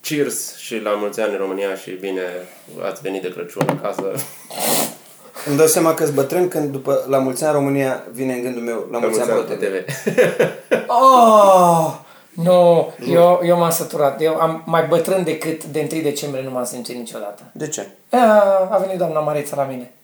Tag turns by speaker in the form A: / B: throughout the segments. A: Cheers și la mulți ani în România și bine ați venit de Crăciun acasă.
B: Îmi dau seama că-s bătrân când după la mulți ani România vine în gândul meu la mulți ani Pro TV.
A: TV.
C: Oh! Nu, eu, eu m-am săturat. Eu am mai bătrân decât de 1 decembrie nu m-am simțit niciodată.
B: De ce?
C: A, a venit doamna Mareța la mine.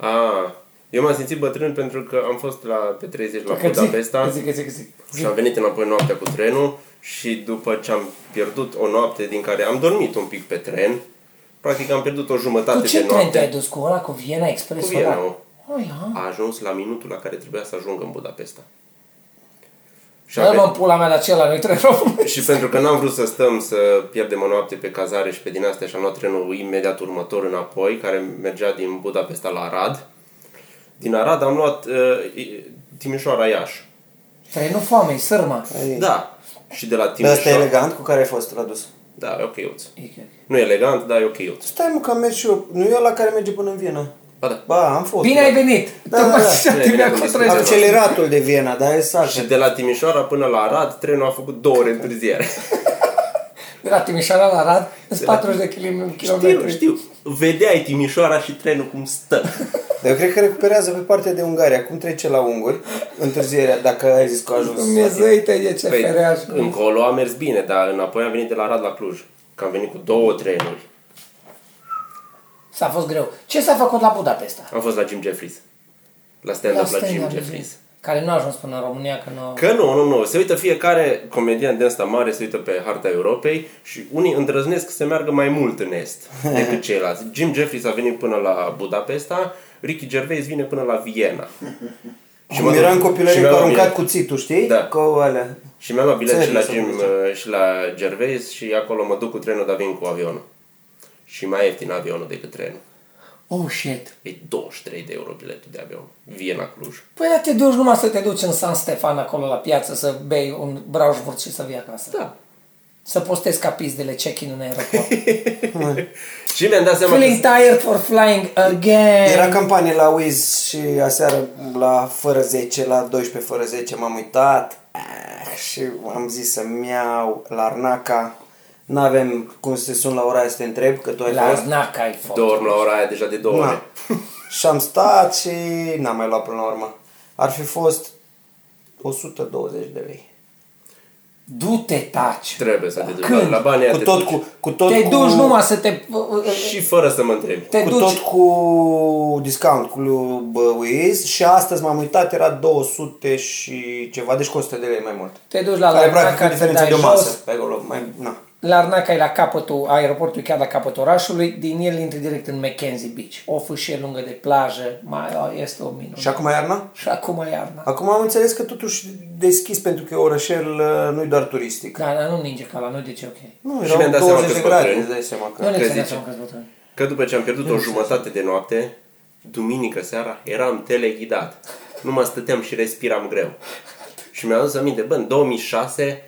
A: Ah, eu m-am simțit bătrân pentru că am fost la, pe 30 la
C: Că zic, că
A: Budapesta
C: zic, că zic, că zic.
A: și am venit înapoi noaptea cu trenul și după ce am pierdut o noapte din care am dormit un pic pe tren, practic am pierdut o jumătate
C: Cu ce
A: de
C: tren te-ai
A: noapte.
C: dus? Cu ăla, cu Viena Express?
A: Cu Viena,
C: ăla?
A: o.
C: Oi, ha.
A: A ajuns la minutul la care trebuia să ajung în Budapesta. Și
C: Dă-mă în
A: avea...
C: pula mea la acela, noi trei români.
A: Și pentru că n-am vrut să stăm să pierdem o noapte pe cazare și pe din astea și am luat trenul imediat următor înapoi, care mergea din Budapesta la Arad. Din Arad am luat uh, Timișoara-Iași.
C: Trenul foamei, sârma.
B: Ai-
A: Da. Și de la
B: Dar asta e
A: Timișoara...
B: elegant cu care ai fost tradus.
A: Da, e ok.
C: E că-
A: Nu e elegant, dar e ok.
B: Stai mă că am mers și eu. Nu e la care merge până în Viena.
A: Ba da.
B: Ba, am fost.
C: Bine ai venit!
B: Da, da, da.
C: Tocmai
A: Bine,
C: mi-a
A: bine,
C: cu
A: bine.
C: trenul.
B: Acceleratul de Viena, dar e
A: Și
B: sacră.
A: de la Timișoara până la Arad, trenul a făcut două ore întârziere.
C: De la Timișoara la Arad, sunt 40 de km.
A: Știu, știu. Vedeai Timișoara și trenul cum stă.
B: Dar eu cred că recuperează pe partea de Ungaria. Cum trece la unguri? Întârzierea, dacă ai zis că a ajuns.
C: Dumnezeite e ce
A: Păi,
C: fereaș.
A: încolo a mers bine, dar înapoi am venit de la Arad la Cluj. Că am venit cu două trenuri.
C: S-a fost greu. Ce s-a făcut la Budapesta?
A: Am fost la Jim Jeffries. La stand-up la, Jim
C: stand-up,
A: Jeffries.
C: Care nu a ajuns până în România, că
B: da.
C: nu...
A: Că nu, nu, nu. Se uită fiecare comedian de ăsta mare, se uită pe harta Europei și unii îndrăznesc să meargă mai mult în est decât ceilalți. Jim Jeffries a venit până la Budapesta, Ricky Gervais vine până la Viena.
B: Și mă eram
A: și
B: copilărie
A: mi-am
B: că
A: luat
B: aruncat
A: bilet.
B: cuțitul, știi?
A: Da.
B: Cu alea.
A: Și mi-am luat bilet și la,
B: Țării, să
A: Jim,
B: mă duc.
A: uh, și la Gervais și acolo mă duc cu trenul, dar vin cu avionul. Și mai ieftin avionul decât trenul.
C: Oh, shit.
A: E 23 de euro biletul de avion. Viena Cluj.
C: Păi dar te duci numai să te duci în San Stefan acolo la piață să bei un braușvurt și să vii acasă.
A: Da.
C: Să postezi ca pizdele check-in în aeroport.
A: Și mi-am dat seama
C: Feeling
A: că...
C: tired for flying again.
B: Era campanie la Wiz și aseară la fără 10, la 12 fără 10 m-am uitat ah, și am zis să-mi iau la Arnaca. N-avem cum să te sun la ora aia să te întreb, că tu ai
C: La
B: fost.
C: Znac ai fost.
A: Dorm la ora aia deja de două
B: Na.
A: ore.
B: Și am stat și n-am mai luat până la urmă. Ar fi fost 120 de lei.
C: Du-te, taci.
A: Trebuie să te duci. La,
C: Când?
A: la banii aia
B: Cu
A: te
B: tot
A: duci.
B: cu, cu tot
C: Te
B: cu,
C: duci numai să te... uh,
A: Și fără să mă întrebi.
C: Te
B: cu
C: duci.
B: tot cu discount cu lui bă, Wiz și astăzi m-am uitat, era 200 și ceva, deci cu 100 de lei mai mult.
C: Te duci la
B: Care
C: Larnaca,
B: practic e
C: te
B: diferența
C: dai
B: de o
C: jos.
B: masă. Pe acolo, mai, na.
C: Larnaca e la capătul aeroportului, chiar la capătul orașului. Din el intri direct în Mackenzie Beach. O fâșie lungă de plajă. Mai, este o minune.
B: Și acum iarna?
C: Și acum e iarna.
B: Acum am înțeles că totuși deschis pentru că e orășel uh, nu-i doar turistic.
C: Da, dar nu ninge ca la noi, deci e ok.
B: Nu,
A: Și mi-am
B: erau
A: dat seama
B: 20
A: că-s
B: de grade,
A: bătrân.
B: îți dai seama
C: Nu
B: că...
C: ne
A: zice?
C: înțelegem că sunt bătrâni.
A: Că după ce am pierdut o jumătate de noapte, duminică seara, eram teleghidat. Nu mă stăteam și respiram greu. Și mi-am adus aminte, bă, în 2006,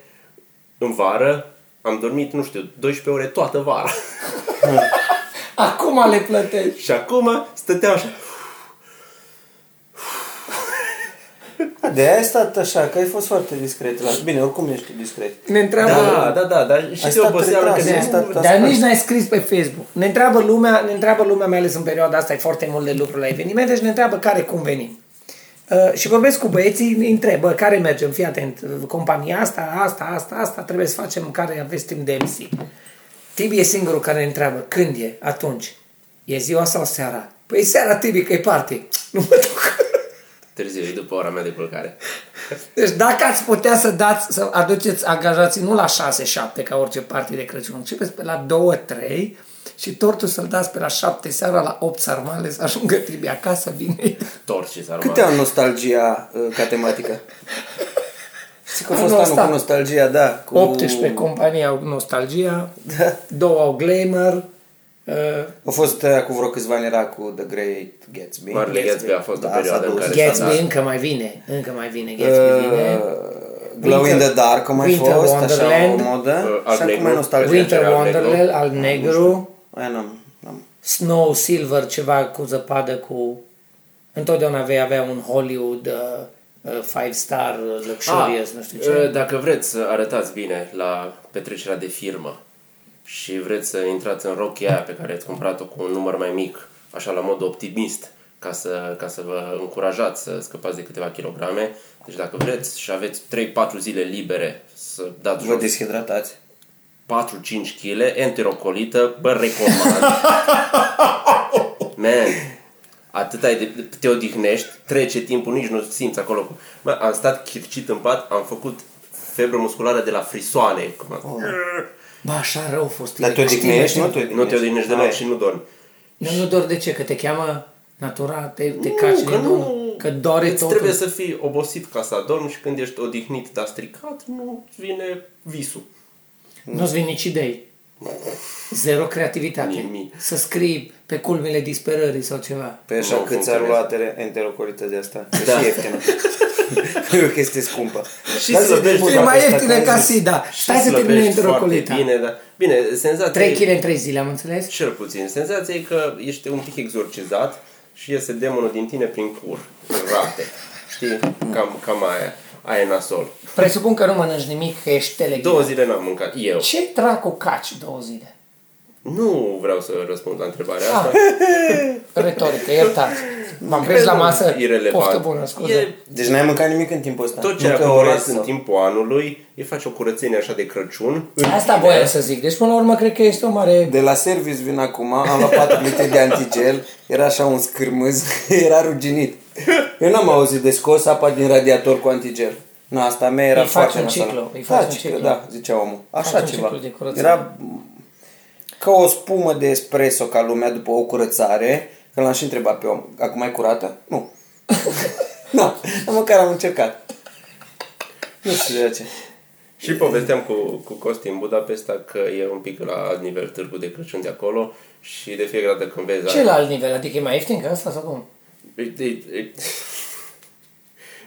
A: în vară, am dormit, nu știu, 12 ore toată vara.
C: Acum le plătești.
A: și acum stăteam așa.
B: De aia ai stat așa, că ai fost foarte discret. La... Bine, oricum ești discret.
C: Ne întreabă...
A: Da, da, da, dar și
B: Ai
A: te
B: stat
A: oboseală că
B: retras, ai
A: ne
B: stat
C: Dar
B: ascuns.
C: nici n-ai scris pe Facebook. Ne întreabă lumea, ne întreabă lumea, mai ales în perioada asta, e foarte mult de lucru la evenimente și ne întreabă care cum venim. Uh, și vorbesc cu băieții, îi întreb, "Bă, care mergem, fii atent, compania asta, asta, asta, asta, trebuie să facem, care aveți timp de MC. Tibi e singurul care ne întreabă, când e, atunci, e ziua sau seara? Păi e seara, Tibi, că e party. Nu mă duc.
A: Târziu, e după ora mea de culcare.
C: Deci dacă ați putea să dați, să aduceți angajații nu la 6-7 ca orice party de Crăciun, începeți pe la 2-3 și tortul să-l dați pe la 7 seara la 8 sarmale să ajungă tribi acasă, vine.
A: Tors și sarmale.
B: Câte au nostalgia uh, ca tematică? Știi că a fost
C: Anul
B: anul
C: ăsta.
B: cu nostalgia, da. Cu...
C: 18 companii au nostalgia,
B: Da.
C: 2 au glamour, uh,
B: A fost aia cu vreo câțiva ani era cu The Great Gatsby. Da,
A: Marele Gatsby a fost o perioadă în care s-a
C: Gatsby
A: dat.
C: încă mai vine, încă mai vine, Gatsby vine.
B: Uh, Glow in the Dark a mai
C: Winter
B: fost, așa
C: Wonderland.
B: o modă.
A: Uh,
B: și acum e
A: Allegro.
B: nostalgia.
A: Winter Al
C: Winter Wonderland
A: negru.
C: al negru.
B: Aia n-am, n-am.
C: Snow Silver, ceva cu zăpadă, cu... Întotdeauna vei avea un Hollywood uh, uh, five star uh,
A: Ah, ă, uh,
C: luxurious, ah, nu știu ce.
A: Dacă vreți să arătați bine la petrecerea de firmă, și vreți să intrați în rochia aia pe care ați cumpărat-o cu un număr mai mic, așa la mod optimist, ca să, ca să vă încurajați să scăpați de câteva kilograme. Deci dacă vreți și aveți 3-4 zile libere să dați
B: Vă
A: jos
B: deshidratați.
A: 4-5 kg, enterocolită, bă, recomand. Man, atât ai de, te odihnești, trece timpul, nici nu simți acolo. Bă, am stat chircit în pat, am făcut febră musculară de la frisoane. Cum am-
C: Bă, așa rău a fost.
B: Dar te
C: Știi,
B: odihnești,
C: așa-
B: nu te odihnești.
A: Nu te odihnești deloc
B: Hai.
A: și nu dormi.
C: Nu, nu doar de ce, că te cheamă natura, te, te caci
A: că
C: din nu, că dore
A: Îți
C: totul.
A: trebuie să fii obosit ca să adormi și când ești odihnit, dar stricat, nu îți vine visul.
C: Nu-ți vin nici idei. Zero creativitate.
A: Nimic.
C: Să scrii pe culmile disperării sau ceva.
B: Păi așa
A: Nu
B: cât ți-a
A: funcționează.
B: luat re- enterocolită de asta? Că
A: Da.
B: și ieftină. e o chestie scumpă.
A: Și
B: Dar să
A: slăbești.
B: dai
A: Bun,
C: E
B: bun
C: mai
B: la
C: ieftină
B: asta,
C: ca
B: că-
C: sida. Stai să
A: Slăbești
C: termine
A: foarte
C: într-o
A: Bine, dar... Bine, senzația
C: 3
A: e-
C: kg în 3 zile, am înțeles?
A: Cel puțin. Senzația e că ești un pic exorcizat și iese demonul din tine prin cur, în rate. Știi? Cam, cam aia. Aia e nasol.
C: Presupun că nu mănânci nimic, că ești teleghin.
A: Două zile n-am mâncat. Eu.
C: Ce dracu caci două zile?
A: Nu vreau să răspund la întrebarea
C: Ah.
A: asta.
C: Retorică, iertați. M-am prins la masă.
A: Irelevant.
C: Poftă bună, scuze.
A: E
B: Deci n-ai mâncat nimic în timpul ăsta.
A: tot ce
B: Nu
A: ai
B: că
A: acumulat
B: orez
A: în
B: sau-
A: timpul anului, îi faci o curățenie așa de Crăciun. În
C: Asta
A: tine.
C: voiam să zic. Deci, până la urmă, cred că este o mare...
B: De la service vin acum, am luat 4 litri de antigel, era așa un scârmâz, era ruginit. Eu n-am auzit de scos apa din radiator cu antigel. Na, asta a mea era
C: Îi faci
B: foarte
C: un
B: nasoală.
C: ciclu, îi
B: da,
C: faci un
B: ciclu,
C: ciclu.
B: da, zicea omul. Așa
C: Faci un
B: ceva.
C: ciclu de curățenie.
B: Era ca o spumă de espresso ca lumea după o curățare, că l-am și întrebat pe om, acum e curată? Nu. Na, dar măcar am încercat. Nu știu de ce.
A: Și povesteam cu, cu Costi în Budapesta că e un pic la alt nivel târgul de Crăciun de acolo și de fiecare dată când vezi
C: Ce la alt nivel? Adică e mai ieftin ca asta sau cum?
A: E, e, e, Deci,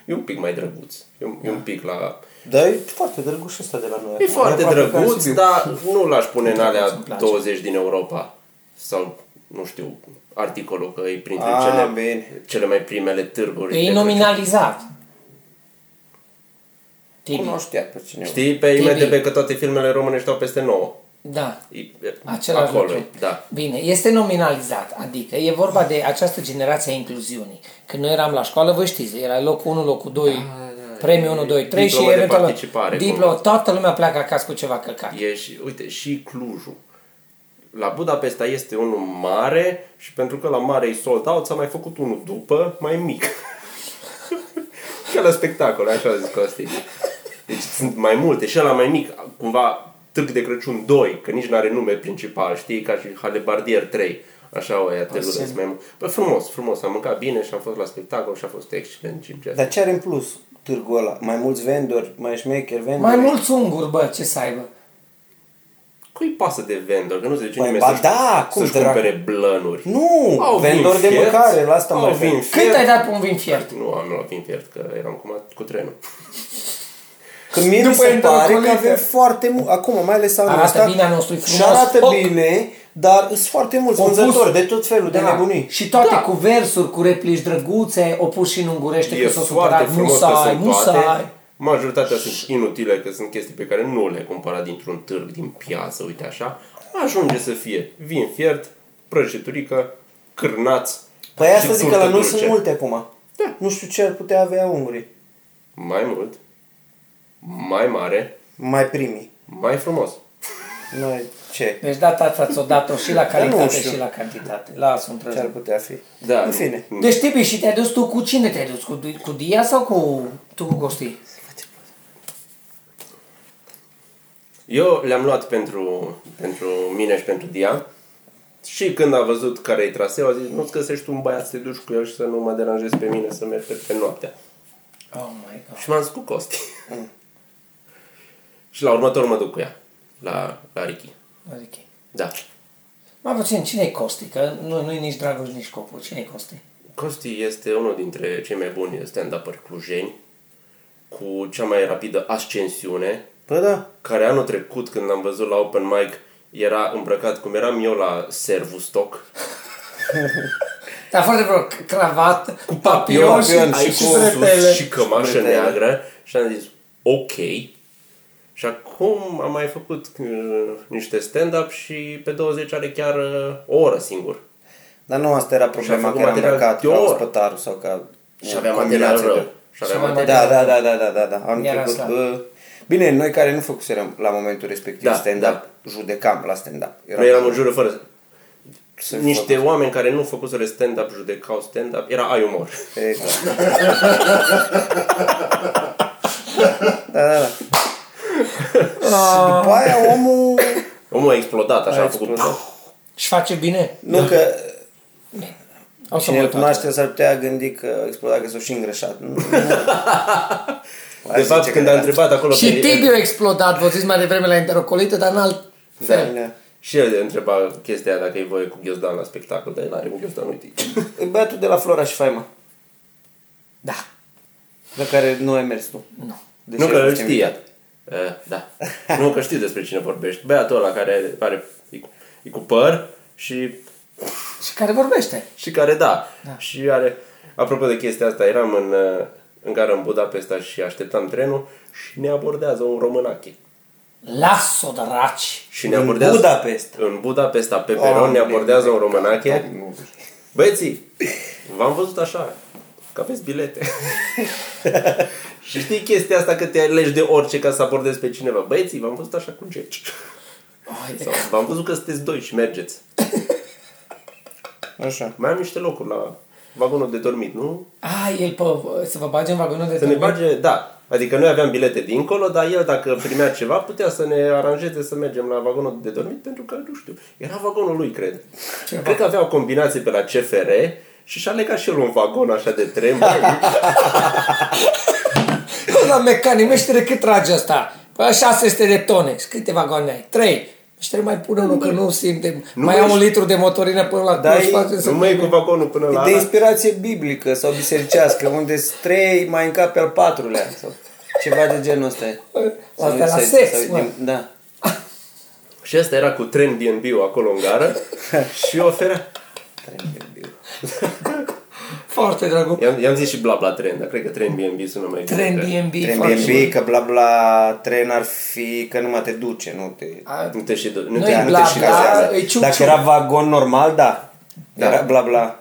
A: e un pic mai drăguț. E un, e
B: Da.
A: un pic la...
B: Dar e foarte drăguț ăsta de la noi.
A: E foarte
B: aproape ca în
A: drăguț,
B: Sibiu.
A: dar nu l-aș pune în alea
C: îmi place.
A: 20 din Europa. Sau, nu știu, articolul că e printre
B: Ah,
A: cele,
B: bine.
A: cele mai primele târguri.
C: E
A: de
C: nominalizat. Tibi.
B: Cunoștea pe cineva.
A: Crăciun. Știi pe
C: TV.
A: IMDB că toate filmele românești au peste 9.
C: Da.
A: E- e-
C: Același
A: acolo,
C: lucru.
A: e, da.
C: Bine, este nominalizat, adică e vorba de această generație a incluziunii. Când noi eram la școală, voi știți, era locul 1, locul 2,
A: Da,
C: premiul 1, 2, 3 și
A: Diplomă de
C: eventual
A: participare,
C: diplomă, toată lumea pleacă acasă cu ceva căcat.
A: E și, uite, și Clujul. La Budapesta este unul mare și pentru că la mare e sold out, s-a mai făcut unul după, mai mic. Ca la spectacole, așa a zis Costi. Deci sunt mai multe și la mai mic, cumva Târg de Crăciun 2, că nici nu are nume principal, știi, ca și Halebardier 3. Așa o ia te rulezi mai mult. Bă, frumos, frumos, am mâncat bine și am fost la spectacol și a fost excelent, sincer.
B: Dar ce are în plus târgul ăla? Mai mulți vendori, mai șmecher vendori?
C: Mai mulți unguri, bă, ce să aibă.
A: Cui pasă de vendor? Că nu se duce
B: Păi,
A: nimeni
B: ba
A: să-și,
B: da, cum
A: să-și
B: dracu?
A: cumpere blănuri.
B: Nu,
A: Au vin
B: vendori de
A: fiert,
B: mâncare, la asta
A: au
B: mai
A: vin
B: vin.
C: Cât
A: fiert.
C: ai dat pe un vin fiert?
A: Nu am luat vin fiert, că eram cu, cu trenul.
B: Că mie mi
C: După
B: se pare că
C: intercolite.
B: avem foarte mult, acum mai ales anul
C: Arată
B: ăsta,
C: bine anul nostru, e
B: și
C: frumos,
B: arată
C: foc.
B: bine, dar sunt foarte mulți
C: Au pus-
B: vânzători de tot felul
A: Da.
B: de nebunii.
C: Da. Și toate cu versuri, cu replici drăguțe, o pus și în ungurește,
A: E
C: că s-o
A: foarte
C: supărat, nu
A: frumos că
C: sai,
A: sunt
C: nu sai.
A: toate. Majoritatea sunt inutile, că sunt chestii pe care nu le cumpăra dintr-un târg, din piață, uite așa. Ajunge să fie vin fiert, prăjiturică, cârnați
B: Păi
A: și Da.
B: asta zic că
A: turtă
B: la noi
A: dulce.
B: sunt multe acum. Nu știu ce ar putea avea ungurii.
A: Mai mult, mai mare,
B: Mai primii.
A: mai frumos.
B: Noi ce?
C: Deci data asta ți-o dat-o și la
B: nu
C: calitate
B: știu.
C: și la cantitate. Lasă un
B: Ce ar putea fi?
A: Da,
B: În fine.
C: Deci Tibi, și te-ai dus tu cu cine te-ai dus? Cu, cu Dia sau cu tu cu Costi?
A: Eu le-am luat pentru, pentru mine și pentru Dia și când a văzut care e traseu, a zis, nu-ți găsești un băiat să te duci cu el și să nu mă deranjezi pe mine să merg pe, pe noaptea.
C: Oh my god.
A: Și m-am zis cu Costi. și la următor mă duc cu ea, la, la Ricky.
C: Adică.
A: Da.
C: Mai puțin, cine e Costi? Că nu, nu e nici Dragoș, nici Copu. Cine e Costi?
A: Costi este unul dintre cei mai buni stand-up-uri clujeni, cu cea mai rapidă ascensiune,
B: Bă, da.
A: care anul trecut când l-am văzut la open mic era îmbrăcat cum eram eu la Servustock.
C: Dar foarte vreo cravat, cu
B: papion
C: papion și,
B: și
C: și,
A: aici
C: și
A: cu sus
C: bretele.
A: și cămașă
B: Bretele.
A: neagră și am zis ok Și acum am mai făcut uh, niște stand-up și pe 20 are chiar uh, o oră singur.
B: Dar nu asta era problema, că
A: făcut
B: era
A: material
B: îmbrăcat
A: de
B: ca
A: oră.
B: ospătarul sau ca...
A: Și
B: o
A: avea
B: combinație
A: material rău.
B: de-
A: Și avea
C: Și mai
A: material
B: Da, da, da, da, da, da, da. Am
C: Era
B: trecut,
C: slab.
B: bă. Bine, noi care nu făcuserăm la momentul respectiv
A: Da,
B: stand-up,
A: da.
B: judecam la stand-up.
A: Noi eram în jură fără...
B: Să
A: niște
B: fac-
A: oameni care nu făcuseră stand-up, judecau stand-up, era ai umor.
B: Exact. da, da, da.
C: Ah.
B: După aia omul...
A: Omul a explodat, așa a,
B: A
A: făcut.
B: explodat.
C: Și face bine.
A: Da.
B: Nu că
C: O să
B: cine
C: mă
B: îl
C: uit la
B: cunoaște s-ar putea gândi că exploda că s-o și îngreșat. Nu, nu.
A: Exact. De
B: Aș
A: fapt,
B: zice
A: când
B: că
A: a
B: da.
A: întrebat acolo...
C: Și
A: pe-
C: Tibiu a explodat, vă zis mai devreme la interocolită, dar în alt...
A: Da.
B: Da.
A: Și el întreba chestia aia dacă e voie cu ghiozdan la spectacol, dar el are cu ghiozdan, uite.
B: E băiatul de la Flora și Faima,
C: Da.
B: la care nu ai mers tu. Deci
C: Nu.
B: Deși
A: nu
B: ai
A: că îl
B: fost
A: știe.
B: invitat.
A: Uh, da. nu că știu despre cine vorbești. Băiatul ăla care are, are e, cu- e cu păr și
C: Și care vorbește.
A: Și care da. da. Și are... Apropo de chestia asta, eram în, uh, în gara în Budapesta și așteptam trenul și ne abordează un românache.
C: Las-o, draci!
A: Și ne
B: În
A: abordează...
B: Budapesta.
A: În Budapesta, pe peron, ne abordează un românache.
B: Nu.
A: Băieții, v-am văzut așa, că aveți bilete. și știi chestia asta că te alegi de orice ca să abordezi pe cineva. Băieții, v-am văzut așa cu geci. Sau v-am văzut că sunteți doi și mergeți.
B: Așa.
A: Mai am niște locuri la vagonul de dormit, nu?
C: A, el pe, să vă bage în vagonul de
A: Să ne
C: dormit?
A: bage, da. Adică noi aveam bilete dincolo, dar el dacă primea ceva putea să ne aranjeze să mergem la vagonul de dormit pentru că, nu știu, era vagonul lui, cred.
C: Ceva.
A: Cred că avea o combinație pe la CFR și și-a legat și el un vagon așa de tren. bă.
C: Bă, la mecanic, meștere, cât trage Păi asta? Bă, 600 de tone. Și câte vagoane ai? 3. Meștere, mai pune unul, că nu simte. Mai
A: mai
C: am un
A: ești-
C: litru de motorină până la...
B: Da,
C: nu-și
B: e-
C: face să-
A: nu mai e cu vagonul până la ala.
B: De inspirație biblică sau bisericească, unde trei mai încape al patrulea sau ceva de genul ăsta. Sau
C: Astea Păi, la
B: să-
C: sex,
B: sau
C: mă.
B: din- Da.
A: Și asta era cu tren BNB acolo în gară și oferea.
C: Foarte drăguț.
A: I-am, i-am zis și bla bla tren, dar cred că tren BNB sună mai bine.
C: Tren
A: cred.
C: BNB.
B: Tren
C: foarte bun.
B: BNB, că bla bla tren ar fi că numai te duce, nu te...
C: A,
A: Nu te și du- nu
C: Nu
A: te,
C: e
A: nu te
C: bla,
A: și
C: bla,
A: casează.
C: e ciuciu.
B: Dacă era vagon normal, da.
A: Da.
B: Era bla bla.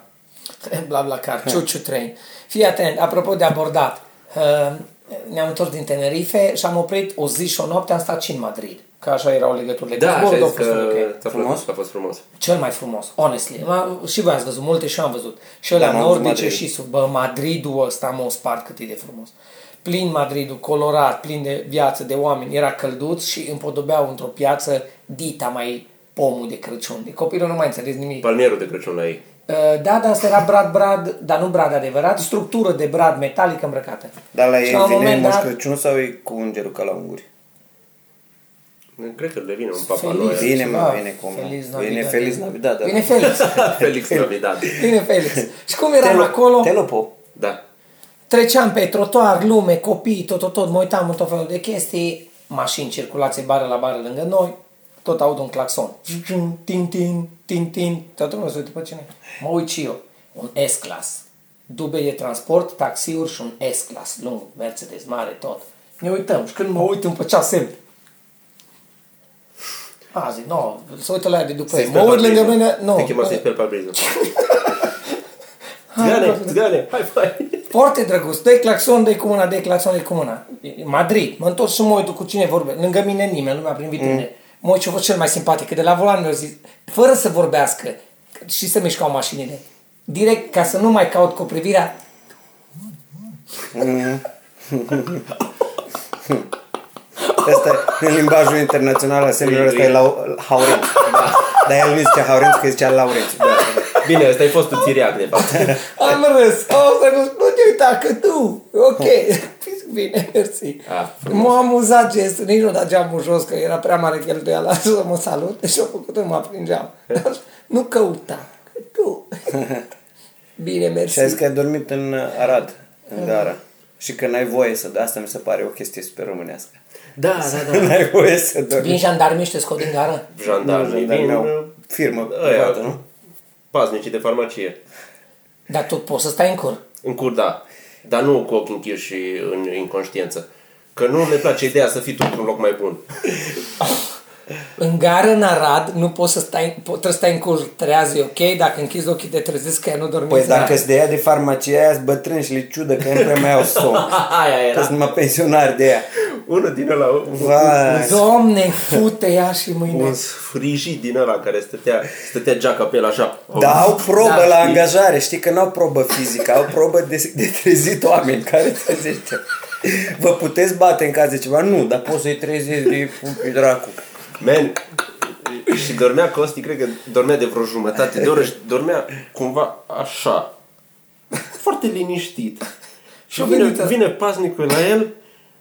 C: Bla bla car, ciuciu train. Fii atent, apropo de abordat, uh, ne-am întors din Tenerife și am oprit o zi și o noapte, am stat și în Madrid. Că așa erau legăturile.
A: Da,
C: Zborul
A: așa
C: a
A: zis
C: fost un
A: că
C: ok.
A: ți-a
B: Frumos?
A: plăcut, a fost frumos.
C: Cel mai frumos, honestly. Ma, și voi ați văzut multe și eu am văzut. Și la
B: Da, m-am văzut
C: nordice
B: Madrid.
C: și sub bă, Madridul ăsta, mă spart cât e de frumos. Plin Madridul, colorat, plin de viață, de oameni, era călduț și împodobeau într-o piață dita mai pomul de Crăciun. De copilul nu mai înțeles nimic.
A: Palmierul de Crăciun la ei.
C: Uh, Da, dar asta era brad, brad, dar nu brad adevărat, structură de brad metalică îmbrăcată.
B: Dar Da, la
C: Și
B: ei
C: la un
B: vine
C: moment
B: Moș
C: dat-
B: Crăciun sau e cu îngerul ca la unguri?
A: Cred că le vine un papa
C: Feliz.
A: Noel.
B: Vine, mă,
C: Ah,
B: vine cum.
C: Feliz
B: Vine
C: Navidad.
B: Feliz Navidad. da.
C: Bine Felix,
A: Felix Navidad.
C: bine Felix. Și cum eram
B: Telo-
C: acolo,
B: Telopo.
A: Da.
C: treceam pe trotuar, lume, copii, tot, tot, tot, mă uitam în tot felul de chestii, mașini circulație bară la bară lângă noi, tot aud un claxon. Tin, tin, tin, tin, toată lumea se uită pe cine. Mă uit și eu, un S-Class, dube de transport, taxiuri și un S-Class lung, Mercedes mare, tot. Ne uităm și când mă uit îmi făcea semn. A, zic, nu, no, se uită la ea de după ei. Păi, Mă uit lângă mine, nu.
A: Te chema să-i speli parbrizul. Țigane, țigane, hai, hai.
C: Foarte drăguț. Dă-i claxon, dă-i cu mâna, dă-i claxon, dă-i cu mâna. Madrid. Mă întorc și mă uit cu cine vorbe. Lângă mine nimeni, nu mi-a primit mm. mine. Mă uit și a fost cel mai simpatic. Că de la volan mi-a zis, fără să vorbească și să mișcau mașinile. Direct, ca să nu mai caut cu privirea,
B: Asta e în limbajul internațional al semnilor, asta e lau- Haurenț.
C: Da.
B: Dar el nu zicea Haurenț, că zicea Laurenț. Da.
A: Bine, ăsta e fostul țiriac, de fapt.
C: am râs. O, să nu, nu te uita, că tu. Ok. Zic, Bine, mersi.
A: Ah,
C: M-a amuzat gestul, nici nu da geamul jos, că era prea mare cheltuiala să mă salut. Și am făcut mă apringeam. Dar nu căuta, că tu. Bine, mersi.
B: Și a zis că ai dormit în uh, Arad, în gara. Și că n-ai voie să... Asta mi se pare o chestie super românească.
A: Da, da, da.
B: N-ai voie să dormi.
C: Vin jandarmii și te scot din gară?
A: Jandarmii
B: Dar
A: vin,
B: mi-au firmă
A: Da, ăia,
B: privată, nu?
A: paznicii de farmacie.
C: Dar tu poți să stai în cur.
A: În cur, da. Dar nu cu ochii închiși și în inconștiență. Că nu le place ideea să fii tu într-un loc mai bun.
C: În gară, în Arad, nu poți să stai, po- trebuie să stai în cur, trează, e ok, dacă închizi ochii te trezești că nu dormi.
A: Da.
B: Păi dacă se dea de farmacie aia, bătrân și le ciudă că nu prea mai au somn.
A: Aia
B: Că
A: era.
B: sunt numai pensionari de aia.
A: Unul din ăla, un-
B: Vai.
C: Domne, fute ea și mâine.
A: un frigid din ăla care stătea, stătea geaca pe el așa.
B: Dar au probă
C: Da,
B: la
C: știi.
B: angajare, știi că n-au probă fizică, au probă de, de trezit oameni care trezește. Vă puteți bate în caz de ceva? Nu, dar poți să-i trezești de pupi dracu.
A: Man, și dormea Costi, cred că dormea de vreo jumătate de oră și dormea cumva așa, foarte liniștit. Și vine,
C: gândit-o.
A: vine paznicul la el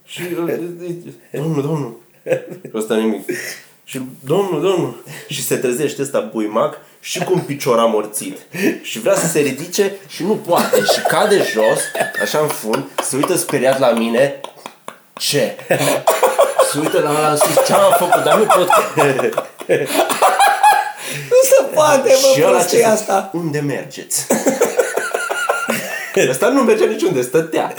A: și uh, domnul, domnul, ăsta nimic. Și domnul, domnul, și se trezește ăsta buimac și cu un picior amorțit. Și vrea să se ridice și nu poate. Și cade jos, așa în fund, se uită speriat la mine. Ce? Se uită la ăla în sus, ce am făcut, dar nu pot.
C: Nu se poate,
A: Și
C: mă,
A: ăla
C: prostia
A: ce
C: asta.
A: Unde mergeți? Ăsta nu mergea niciunde, stătea.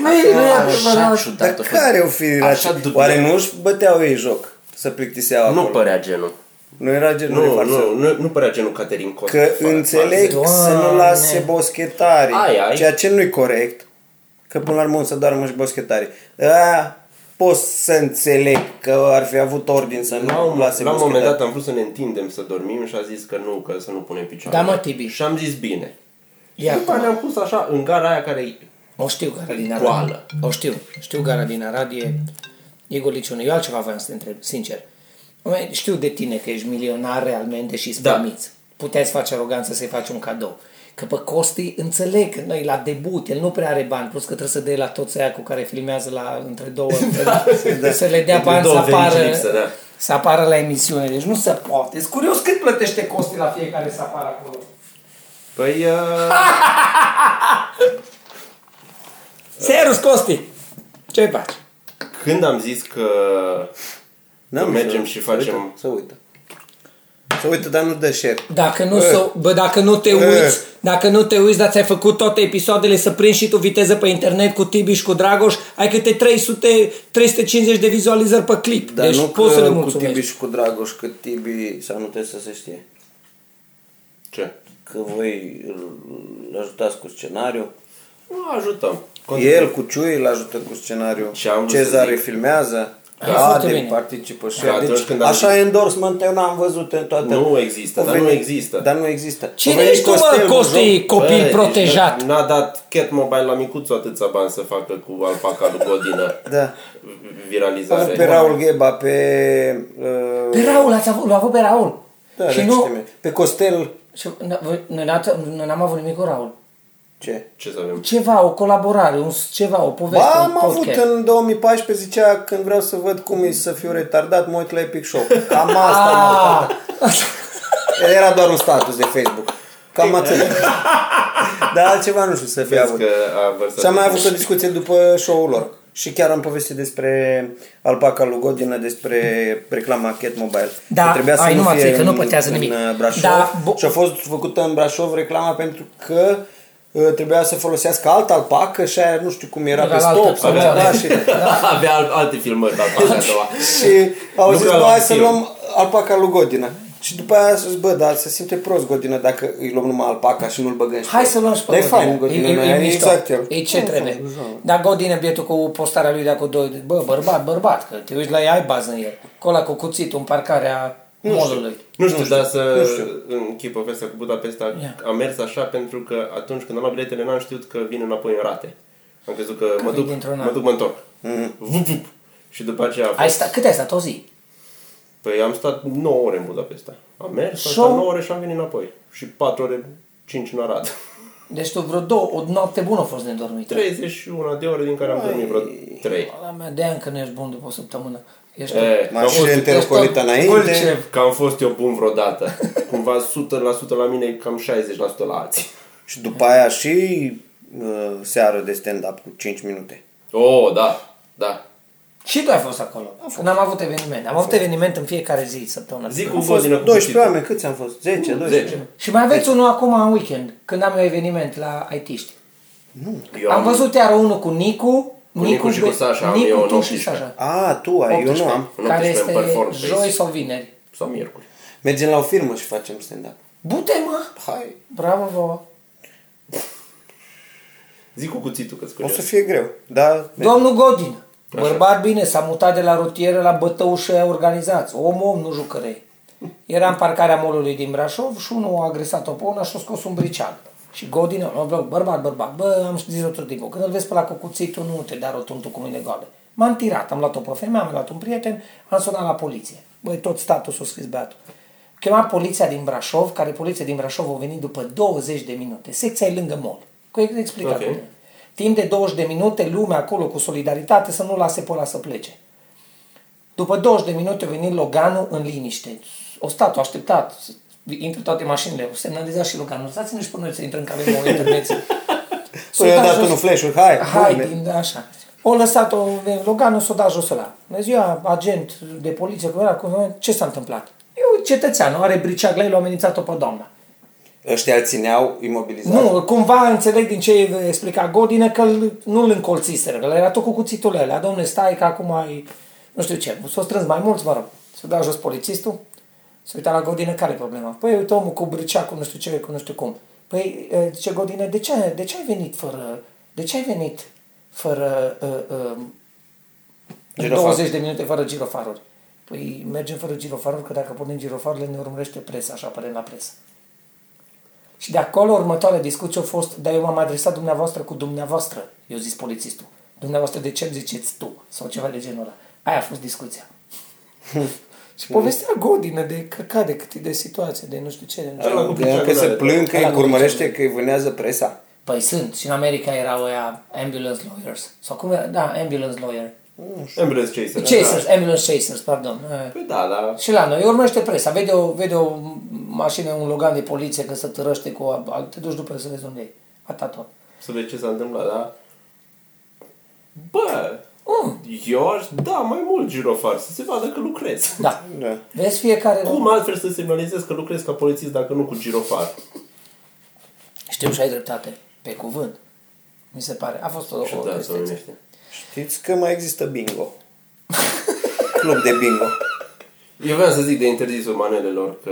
C: Nu e nu e
A: Așa
C: adevărat.
B: Dar
A: ciudat a fost.
B: care o fi
A: Așa
B: relația?
A: dubios.
B: Oare nu își băteau ei joc să plictiseau
A: Nu
B: acolo?
A: părea genul.
B: Nu era genul de
A: Nu,
B: farsă.
A: nu, nu, nu părea genul Caterin Costa.
B: Că
A: fără
B: înțeleg
C: Doamne.
B: să nu lase boschetari,
A: Ai, ai.
B: ceea ce nu-i corect, că până la urmă o să doarmă și boschetari. A, pot să înțeleg că ar fi avut ordin să
A: La
B: nu
A: un,
B: lase
A: la un moment dat
B: boschetari.
A: am vrut să ne întindem să dormim și a zis că nu, că să nu punem picioare.
C: Da, mă, Tibi.
A: Și am zis bine.
C: Ia
A: După
C: acum.
A: ne-am pus așa în gara aia care e
C: O știu gara din Arad.
A: Coală.
C: O știu. Știu gara din Arad e, e goliciună. Eu altceva voiam să te întreb, sincer. Oameni, Știu de tine că ești milionar realmente și îți
A: Da.
C: permiți. Puteai să faci aroganță să-i faci un cadou. Că pe Costi înțeleg că noi la debut, el nu prea are bani, plus că trebuie să dea la toți aia cu care filmează la între două, da. să le dea
A: Între
C: bani să
A: două
C: apară,
A: venituri lipsă, da.
C: să apară la emisiune. Deci nu se poate. Sunt curios cât plătește Costi la fiecare să apară acolo.
A: Păi, uh,
C: Serios, Costi! Ce faci?
A: când am zis că
B: N-am
A: Că mergem și
B: știut. Să
A: facem-
B: uită, Să uită. Să uită, dar nu dă share.
C: Dacă nu, s-o, bă, dacă nu te uiți, dacă nu te uiți, dar ți-ai făcut toate episoadele să prinzi și tu viteză pe internet cu Tibi și cu Dragoș, ai câte 300, 350 de vizualizări pe clip.
B: Dar
C: deci
B: nu
C: poți să le
B: că cu
C: mulțumești.
B: Tibi și cu Dragoș, că Tibi sau nu trebuie să se știe.
A: ce?
B: Că voi îl ajutați cu scenariu.
A: Nu ajutăm.
B: El cu Ciui îl ajută cu scenariu.
A: Și am vrut
B: Cezare
A: să zic-
B: filmează.
C: Da, foarte
B: Adem
C: bine.
B: participă și
A: Că
B: el.
A: atunci
B: deci,
A: când am
B: așa
A: zis-
B: e endorsement, eu n-am văzut în toate.
A: Nu există,
B: O
A: dar nu există.
B: Dar nu există. O
C: Cine
B: veni
C: ești tu, mă,
B: Costel cu
C: Costi,
B: joc.
C: copil
A: Bă,
C: protejat?
A: deci N-a dat Cat Mobile la micuțul atâția bani să facă cu alpaca lui Godină
B: Da. Am
A: viralizare.
B: avut pe Raul Gheba, pe... Uh,
C: Pe Raul, ați avut, l-a avut pe Raul.
B: da,
C: și
B: și
C: nu,
B: Pe Costel...
C: și, n- voi- noi, n-ați- noi n-am avut nimic cu Raul.
B: Ce?
A: Ce să avem?
C: Ceva, o colaborare, un, ceva, o poveste,
B: Ba,
C: un
B: am avut
C: podcast.
B: în 2014, zicea, când vreau să văd cum e să fiu retardat, mă uit la Epic Show. Cam asta m-a uitat.
C: Ah,
B: Era doar un status de Facebook. Cam atât. Dar altceva nu știu să fie
A: Vezi
B: avut.
A: că a vărsat
B: Și am mai avut o discuție după show-ul lor. Și chiar am povestit despre alpaca lui Godină, despre reclama Cat Mobile.
C: Da,
B: Că
C: ai, nu mă
B: fie
C: ții, că nu
B: în-
C: pătează nimic.
B: În Brașov.
C: Da, bo-
B: și a fost făcută în Brașov reclama pentru că uh, trebuia să folosească altă alpacă și aia nu știu cum era,
C: Era
B: pe
C: la altă
B: stop sau
C: alpacă.
B: ceva și,
A: Avea al- alte filmări de alpaca a doua.
B: și au
A: Nu
B: zis,
A: prea
B: bă,
A: l-am
B: hai să
A: film."
B: luăm alpaca lui Godină. Și după aia a zis, bă, dar se simte prost Godină dacă îi luăm numai alpaca și nu-l băgăm și
C: Hai să luăm și pe
B: Dar e fain
C: Godină.
B: Godină,
C: E- e- e
B: e
C: mișto.
B: exact el.
C: E ce trebuie. Dar Godină, bietul cu postarea lui de acum două... Bă, bărbat, bărbat, că te uiți la ea, ai bază în el. Cola cu cuțitul în parcarea molului.
A: Nu știu, dar să închid povestea cu Budapesta a mers așa pentru că atunci când am luat biletele n-am știut că vin înapoi în rate. Am crezut că, mă,
C: vin
A: duc,
C: dintr-un
A: mă
C: an.
A: duc, mă întorc. Vup, vup. Și după aceea a fost-
C: Ai sta, cât ai stat? O zi?
A: Păi am stat 9 ore în Budapesta. Am mers, am
C: Show?
A: stat 9 ore și am venit înapoi. Și 4 ore, 5 în Arad.
C: Deci tu vreo două, o noapte bună a fost nedormită.
A: 31 de ore din care am dormit vreo 3.
C: La mea, de încă nu ești bun după o săptămână. Ești
A: E,
B: M-am
C: Deci,
B: și reînterocolit înainte.
C: Ulcev.
A: Că am fost eu bun vreodată. Cumva 100% la mine, cam 60% la alții.
B: Și după aia și uh, seară de stand-up cu 5 minute.
A: Oh, da, da.
C: Și tu ai fost acolo. N-am avut eveniment. Am avut eveniment în fiecare zi, săptămână.
A: Zic cu
B: Am fost
A: Godină cu
B: 12
A: cuțitul.
B: oameni, câți am fost? 10, 12.
A: 10.
C: Deci- Și mai aveți unul acum în weekend, când am eu eveniment la IT-ști.
A: Eu
C: Am văzut iar unul cu Nicu,
A: Cu Nicu și cu Sasha, am eu
C: Nicu,
A: în
C: tu și
A: 18.
C: Sasha.
B: A, tu ai, eu nu
A: 18.
B: am.
A: În
C: Care
A: 18
C: este
A: performance.
C: joi sau vineri.
A: Sau miercuri.
B: Mergem la o firmă și facem stand-up.
C: Bute, mă!
B: Hai,
C: Bravo vouă!
A: Zic cu cuțitul că-ți
B: o să
A: curios.
B: fie greu, dar...
C: Domnul Godin, bărbat bine, s-a mutat de la rutieră la bătăușă organizați. Om, om, nu jucărei. Era în parcarea molului din Brașov și unul a agresat-o pe una și a scos un bricean. Și Godin, a bloc, bărbat, bărbat, bă, am zis-o tot timpul, când îl vezi pe la cu cuțitul, nu te da rotuntul cu mâine goale. M-am tirat, am luat-o pe femeie, am luat un prieten, am sunat la poliție. Băi, tot statul s-a scris beatul. Chema poliția din Brașov, care poliția din Brașov a venit după 20 de minute. Secția e lângă mol. Cu explicat.
A: Ok.
C: Okay. Timp de 20 de minute, lumea acolo cu solidaritate să nu lase pe ăla să plece. După 20 de minute a venit Loganu în liniște. O stat, o așteptat. Intră toate mașinile, o semnalizat și Loganu. Stați-ne și până noi să intrăm, că avem o intervenție.
B: Păi i-a dat unul flash-uri, hai,
C: Hai,
B: bune.
C: din, așa. O lăsat-o, Loganu s-o dat jos la. Bună ziua, agent de poliție, cu ăla, cu- ce s-a întâmplat? E un cetățean, are briceag la el, a amenințat-o pe doamna.
B: Ăștia îl țineau imobilizat.
C: Nu, cumva înțeleg din ce explica Godină că îl- nu îl încolțiseră, că era tot cu cuțitul ăla. Domne, stai că acum ai... Nu știu ce, s-au strâns mai mulți, mă rog. S-a dat jos polițistul, s-a uitat la Godină, care e problema? Păi uite omul cu bricea, cu nu știu ce, cu nu știu cum. Păi, e, zice Godină, de ce, de ce ai venit fără... De ce ai venit fără... Uh, uh,
B: Girofar.
C: Girofar. 20 de minute fără girofaruri. Păi mergem fără girofaruri, că dacă punem girofarurile ne urmărește presa, așa apărem la presă. Și de acolo următoarea discuție a fost, dar eu m-am adresat dumneavoastră cu dumneavoastră, eu zis polițistul. Dumneavoastră de ce îmi ziceți tu? Sau ceva de genul ăla. Aia a fost discuția. și povestea Godină de căcat, de cât e de situație, de nu știu ce. De nu știu.
A: Ăla cu
B: De că
A: picioarele
B: se
A: alea.
B: plâng că
C: Ăla
B: îi
C: cu
B: urmărește, că îi vânează presa.
C: Păi sunt. Și în America erau ăia ambulance lawyers. Sau cum era? Da, ambulance lawyer.
A: Ambulance Chaser.
C: Chasers, ambulance chasers, pardon. Eh.
A: Păi da, da.
C: Și la noi urmește presa, vede o, vede o mașină, un logan de poliție că se târăște cu... a- a- Te duci după el să vezi unde e. Atât tot.
A: Să vezi ce s-a întâmplat, da? Bă,
C: Mm.
A: eu aș da mai mult girofar, să se vadă că lucrez.
C: Da.
B: Da.
C: Vezi fiecare...
A: Cum altfel să semnalizez că lucrez ca polițist dacă nu cu girofar?
C: Știu și ai dreptate. Pe cuvânt. Mi se pare. A fost o, o
A: Și da, să
C: chestie.
A: numește.
B: Știți că mai există bingo. Club de bingo.
A: Eu vreau să zic de interzisul manelelor că,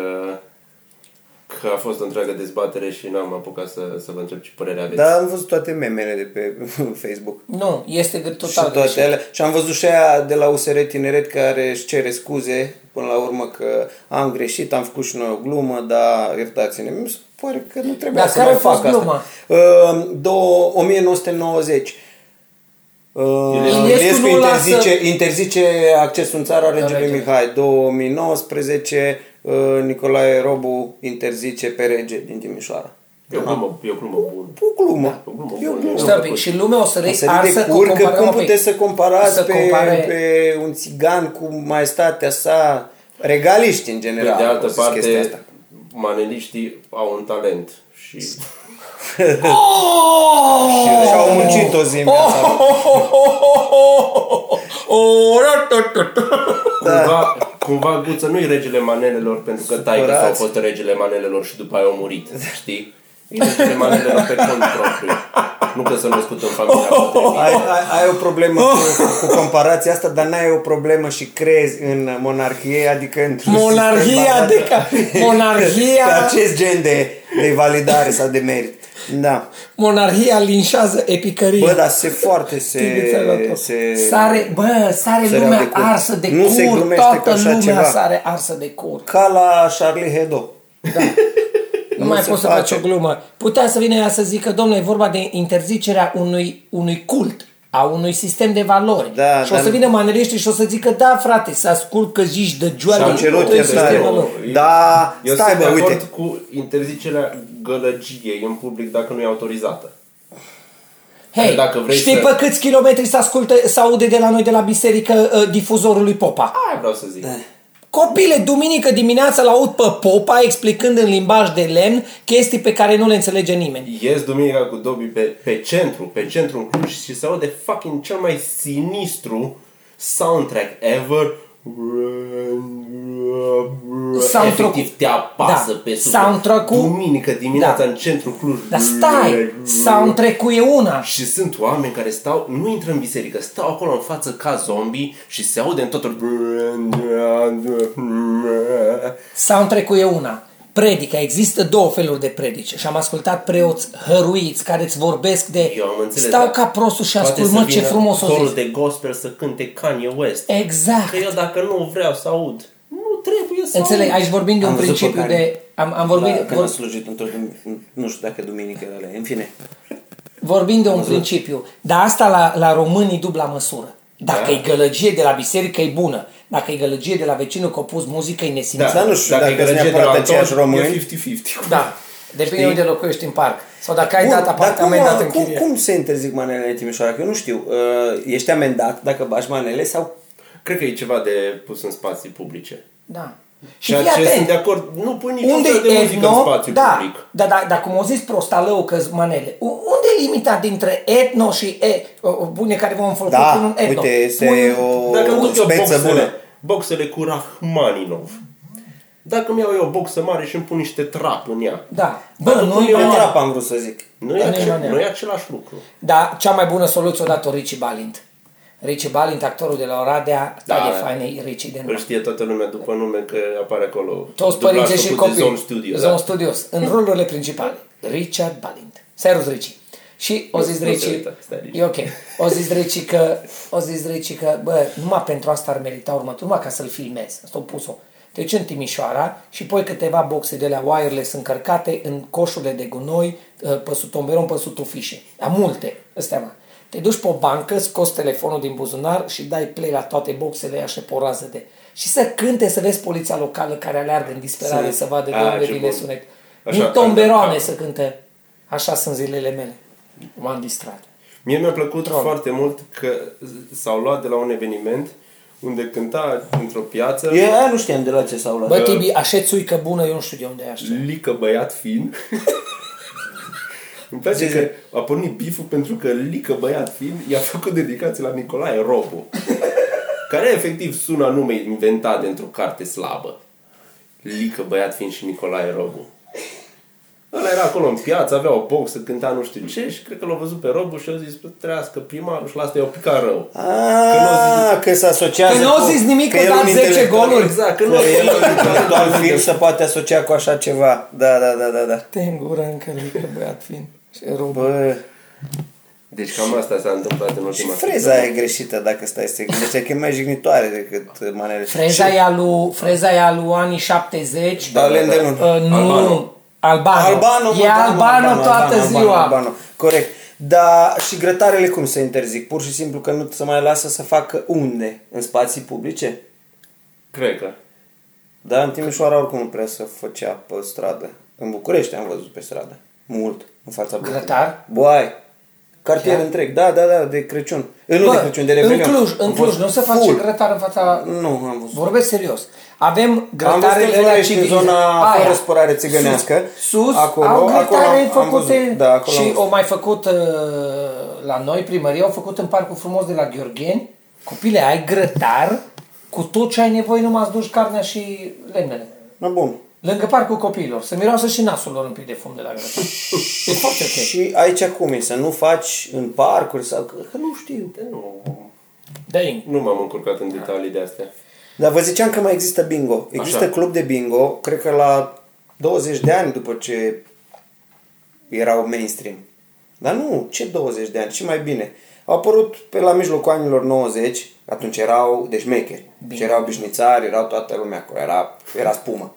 A: că a fost o întreagă dezbatere și n-am apucat să, să vă întreb ce părere aveți.
B: Dar am văzut toate memele de pe Facebook.
C: Nu, este gr-
B: Și
C: total deci-
B: toate
C: greșit.
B: alea. Și am văzut și aia de la USR Tineret care își cere scuze până la urmă că am greșit, am făcut și noi o glumă, dar iertați-ne. Mi se pare că nu trebuia
C: Dar
B: să
C: care
B: mai
C: a fost
B: fac asta.
C: gluma?
B: Uh, două- 1990. Uh,
A: Iliescu
B: Iliescu
C: nu lasă-
B: interzice, interzice accesul în țara regelui
C: regele.
B: Mihai. 2019 uh, Nicolae Robu interzice pe rege din Timișoara.
A: E o glumă, e o glumă bună.
B: O glumă.
A: o glumă
B: E o
A: bună.
B: glumă.
C: Stai un pic. Și lumea o să
B: Să
C: râi
B: râde
C: arsă
B: cu urcă, cum
C: comparăm un pic.
B: puteți să comparați
C: Să
B: pe,
C: compare-
B: pe un țigan cu maestatea sa? Regaliști, în
A: Pe
B: general.
A: de altă
B: au Da, zis chestia asta.
A: parte, maneliștii au un talent și
B: Și- Și au muncit o zi în viața lor. Da.
A: cumva, cumva Guță nu-i regele manelelor pentru că taică sau a fost regele manelelor și după aia a murit,
B: Da.
A: știi? E regele manelelor pe cont propriu. Nu că s-a născut în familia potrivită.
B: ai, ai, ai o problemă cu, cu comparația asta, dar n-ai o problemă și crezi în monarhie, adică într-un sistem
D: Monarhia
B: bazat
D: de ca...
B: pe
D: Monarhia...
B: acest gen de, de validare sau de merit. Da.
D: Monarhia linșează
B: Bă,
D: epicărie.
B: dar se foarte
D: Tibița la
B: se...
D: tot.
B: se...
C: Sare, bă, sare
B: Săreau
C: lumea
B: de cur.
C: arsă de
B: Nu se
C: cur.
B: glumește cu
C: Toată
B: așa
C: lumea
B: ceva.
C: sare arsă de cur.
B: Ca la Charlie Hebdo.
D: Nu mai
B: se
D: poți să
B: face.
D: faci o glumă. Putea să vină ea să zică, domnule, e vorba de interzicerea unui, unui cult, a unui sistem de valori.
B: Da,
D: și o
B: dar-
D: să vină maneliștii și o să zică, da, frate, să ascult că zici de joale.
B: Și-au cerut
D: unui sistem
B: iertare.
D: de valori."
B: Da,
A: eu
B: stai,
A: sunt
B: bă,
A: de acord
B: uite.
A: cu interzicerea gălăgiei în public dacă nu e autorizată.
D: Hei,
A: Dacă vrei
D: știi
A: să-
D: pe câți kilometri se ascultă, se aude de la noi de la biserică uh, difuzorul lui Popa?
A: Aia vreau să zic.
C: Da.
D: Copile, duminică dimineața l aud pe Popa explicând în limbaj de lemn chestii pe care nu le înțelege nimeni.
A: Ies duminica cu Dobby pe, pe centru, pe centru în Cluj și se aude fucking cel mai sinistru soundtrack ever Sau
C: Soundtrack-ul.
A: Efectiv te apasă
C: Da.
A: pe suflet.
C: Soundtrack-ul.
A: Duminică dimineața
C: Da.
A: în centrul Cluj.
C: Dar stai, soundtrack-ul e una.
A: Și sunt oameni care stau, nu intră în biserică, stau acolo în față ca zombie și se aude în totul.
C: Soundtrack-ul e una. Predica. Există două feluri de predici. Și am ascultat preoți hăruiți care îți vorbesc de...
A: Eu am înțeles,
C: Stau
A: dar
C: ca prostul și
A: Poate
C: ascult, mă,
A: să
C: ce
A: vină
C: frumos o
A: corul
C: zis.
A: de gospel să cânte Kanye West.
C: Exact.
A: Că eu dacă nu vreau să aud, nu trebuie să
C: Înțeleg,
A: aud.
C: aici vorbim de un
B: Am Da, văzut
C: principiu
B: păcare.
C: de... Am, am vorbit,
B: La,
C: de-
B: când am slujit într-o dum- nu știu dacă duminică era alea, în fine.
C: Vorbim de un principiu, dar asta la, la românii dubla măsură. Dacă
A: Da.
C: e gălăgie de la biserică, e bună. Dacă e gălăgie de la vecinul că a pus muzică, e
A: Da,
C: nesimțit.
B: Dar nu știu dacă
A: e
B: sunt
A: gălăgie
B: neapărat
A: de la
B: aceiași
A: Anton,
B: români.
A: E 50-50.
C: da. Depinde unde locuiești în parc. Sau dacă ai
B: Bun,
C: dat
B: dar
C: apartament
B: cum,
C: dat în
B: cum,
C: chirie.
B: cum se interzic manelele Timișoara? Că eu nu știu. Uh, ești amendat dacă bași manele sau...
A: Cred că e ceva de pus în spații publice.
C: Da. Și
A: Ceea
C: fii
A: ce sunt
C: atent.
A: de acord, nu pui niciun
C: Unde
A: fel de
C: e
A: muzică în
C: etno?
A: spațiu
C: Da,
A: public.
C: da, da, dar cum o zis prostalău că manele. U- Unde e limita dintre etno și e, o- o- bune care vom folosi
A: Da,
C: prin un etno?
B: Da, uite, este
C: Un-
B: o,
A: Dacă îmi
B: o
A: duc eu
B: speță bună.
A: boxele, boxele cu Rahmaninov, dacă mi iau eu o boxă mare și îmi pun niște trap în ea,
C: Da. Bă,
A: Dacă
C: nu
A: pui
C: e
A: o
B: Pe
C: manele.
B: trap am vrut să zic.
A: nu e,
C: Da, nu e
A: ace-
C: manea.
A: nu e același lucru.
C: Dar Da, cea mai bună soluție o dat-o Ricci Balint. Ricci Balint, actorul de la Oradea,
A: Da.
C: da, e fainei Ricci de
A: Îl
C: nume.
A: știe toată lumea după nume că apare acolo.
C: Toți
A: dublajul
C: părinții și
A: făcut
C: copii.
A: De Zone Studio,
C: Zone
A: da.
C: Studios. În rolurile principale. Richard Balint. Serus Ricci. Și o
A: Nu,
C: zis
A: nu se
C: Ricci,
A: uita, stai liniștit.
C: e ok, o zis Ricci că, o zis Ricci că, bă, numai pentru asta ar merita următorul, numai ca să-l filmez. Asta o pus-o. Deci în Timișoara și poi câteva boxe de la wireless încărcate în coșurile de gunoi, uh, pe sub tomberon, pe sub tufișe. Dar multe, ăstea mă. Te duci pe o bancă, scoți telefonul din buzunar și dai play la toate boxele aia și pe o rază de... Și să cânte, să vezi poliția locală care aleargă în disperare, să vadă de
A: A,
C: unde
A: ce
C: vine
A: bun.
C: sunet.
A: Așa,
C: Din
A: ca-
C: tomberoane
A: ca-
C: să cântă. Așa sunt zilele mele. M-am distrat.
A: Mie mi-a plăcut foarte mult că s-au luat de la un eveniment unde cânta într-o piață
B: Eu aia nu știam de la ce s-au luat.
C: Bă, Tibi, așa țuică bună, eu nu știu de unde e așa.
A: Lică băiat fin. Îmi place că a pornit biful pentru că Lică băiat fin i-a făcut dedicație la Nicolae Robu. care efectiv sună a nume inventat dintr-o carte slabă. Lică băiat fin și Nicolae Robu. Ăla era acolo în piață, avea o boxă, cânta nu știu ce și cred că l-a văzut pe Robu și a zis, "Bă, trească primarul și la asta i-au picat rău.
B: Ah, că se asociază
C: Că n-au zis nimic, că
B: el
C: dat
B: un
C: 10
B: intelectual.
C: goluri.
A: Exact, că nu
B: Da, Că
A: a
B: el
A: fost
B: un intelectual film se poate asocia cu așa ceva. Da, da, da, da, da.
C: Te în gura încă, mică băiat fin. Și robă.
B: Bă,
A: Deci cam asta s-a întâmplat în
B: și
A: ultima
B: freza aia e greșită dacă stai să te gândești, că e mai jignitoare decât manele.
C: Freza e alu, freza e alu anii 70.
B: Da, le
C: Uh,
B: îndemn.
C: nu,
A: Albano.
C: Albano. Albano.
B: Albano, mă,
C: e
B: da, mă,
C: albano, toată ziua.
B: Corect. Dar și grătarele cum se interzic? Pur și simplu că nu se mai lasă să facă unde? În spații publice?
A: Cred că.
B: Da, în Timișoara oricum nu prea se făcea pe stradă. În București am văzut pe stradă. Mult. În fața blocului.
C: Grătar?
B: Boai. Cartier întreg. Da, da, da, de Crăciun. E, nu de Crăciun, de Revelion.
C: în Cluj, în
B: Am
C: Cluj,
B: fost
C: nu se face
B: full.
C: grătar în fața...
B: Nu, am văzut.
C: Vorbesc serios. Avem
B: Am văzut în
C: grătarele alea
B: Florești, în
C: civilize.
B: zona
C: Aia.
B: fără spărare țigănească.
C: Sus, acolo, au grătare
B: am- am
C: făcute
B: văzut. Da, acolo am
C: și
B: văzut.
C: o mai făcut uh, la noi, primărie, au făcut în parcul frumos de la Gheorgheni. Copile, ai grătar cu tot ce ai nevoie, numai să duci carnea și lemnele.
B: Na, bun.
C: Lângă parcul copiilor, să miroasă și nasul lor un pic de fum de la grătar. e foarte ok.
B: Și aici cum e? Să nu faci în parcuri sau... Că că nu știu.
A: Nu,
C: Da, e-
A: nu m-am încurcat în detalii de astea.
B: Dar vă ziceam că mai există bingo. Există
A: Așa.
B: club de bingo, cred că la 20 de ani după ce erau mainstream. Dar nu, ce 20 de ani, ce mai bine. Au apărut pe la mijlocul anilor 90, atunci erau de șmecheri. Și erau bișnițari, erau toată lumea acolo, era, era spumă.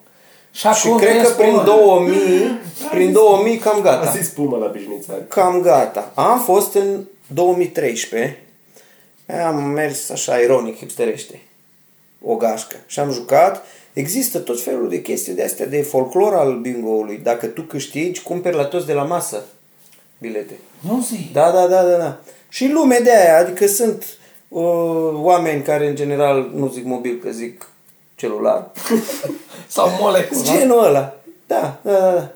C: Și acum
B: Și cred
C: vine
B: că
C: spumă.
B: prin 2000, prin 2000 cam
A: A
B: gata.
A: zis Puma la bișnițari.
B: Cam gata. Am fost în 2013. Am mers așa ironic, hipsterește. O gașcă. Și am jucat. Există tot felul de chestii de astea de folclor al bingoului. Dacă tu câștigi, cumperi la toți de la masă bilete.
C: Nu zi.
B: Da, da, da, da, da. Și lume de aia, adică sunt uh, oameni care în general, nu zic mobil, că zic celular.
C: Sau mole.
B: Genul ăla. Da, da, da, da.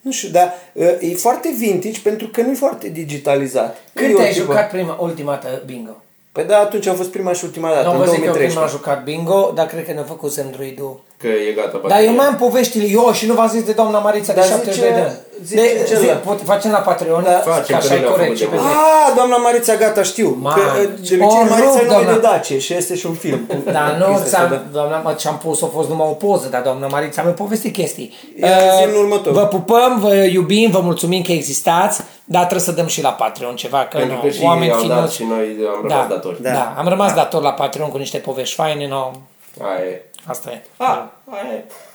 B: Nu știu, dar uh, e foarte vintage pentru că nu e foarte digitalizat. E
C: Când
B: o
C: te-ai
B: tipă-
C: jucat prima, ultima dată bingo?
B: Păi da, atunci a fost prima și ultima dată,
C: Nu am
B: în
C: văzut că prima a
B: 2013.
C: jucat bingo, dar cred că ne-a făcut semn druidul.
A: Că Păi e gata
C: Dar
A: bateria.
C: eu mai am poveștile, eu și nu v-am zis de doamna Marița de
B: Dar
C: 70
B: zice-
C: de ani.
B: zice Da.
C: De- zi-
B: celălalt.
C: pot- Facem la Patreon,
A: Facem,
C: că
A: că
C: așa
A: noi
C: e
A: le-am
C: corect.
A: făcut de mult.
C: ce vedeți.
B: Ah, doamna Marița, gata, știu.
C: Man,
B: că eh, de
C: o
B: obicei Marița
C: rup,
B: e nume
C: Oh, doamna.
B: de Dace și este și un film. cu-
C: Da,
B: cu
C: nu,
B: chestia asta,
C: ți-am,
B: da.
C: doamna, mă, ce-am pus a fost numai o poză, dar doamna Marița mi-a povestit chestii.
B: Ia
C: Eh,
B: zi în următor.
C: Vă pupăm, vă iubim, vă mulțumim că existați, dar trebuie să dăm și la Patreon ceva, că
A: Pentru
C: nu,
A: că și
C: oameni
A: ei au dat
C: finuți.
A: și noi am rămas
C: da,
A: datori.
C: da, da, am rămas da. dator la Patreon cu niște povești faine, no,
A: Aia e.
B: Ah,
C: asta e.
A: A, aia e.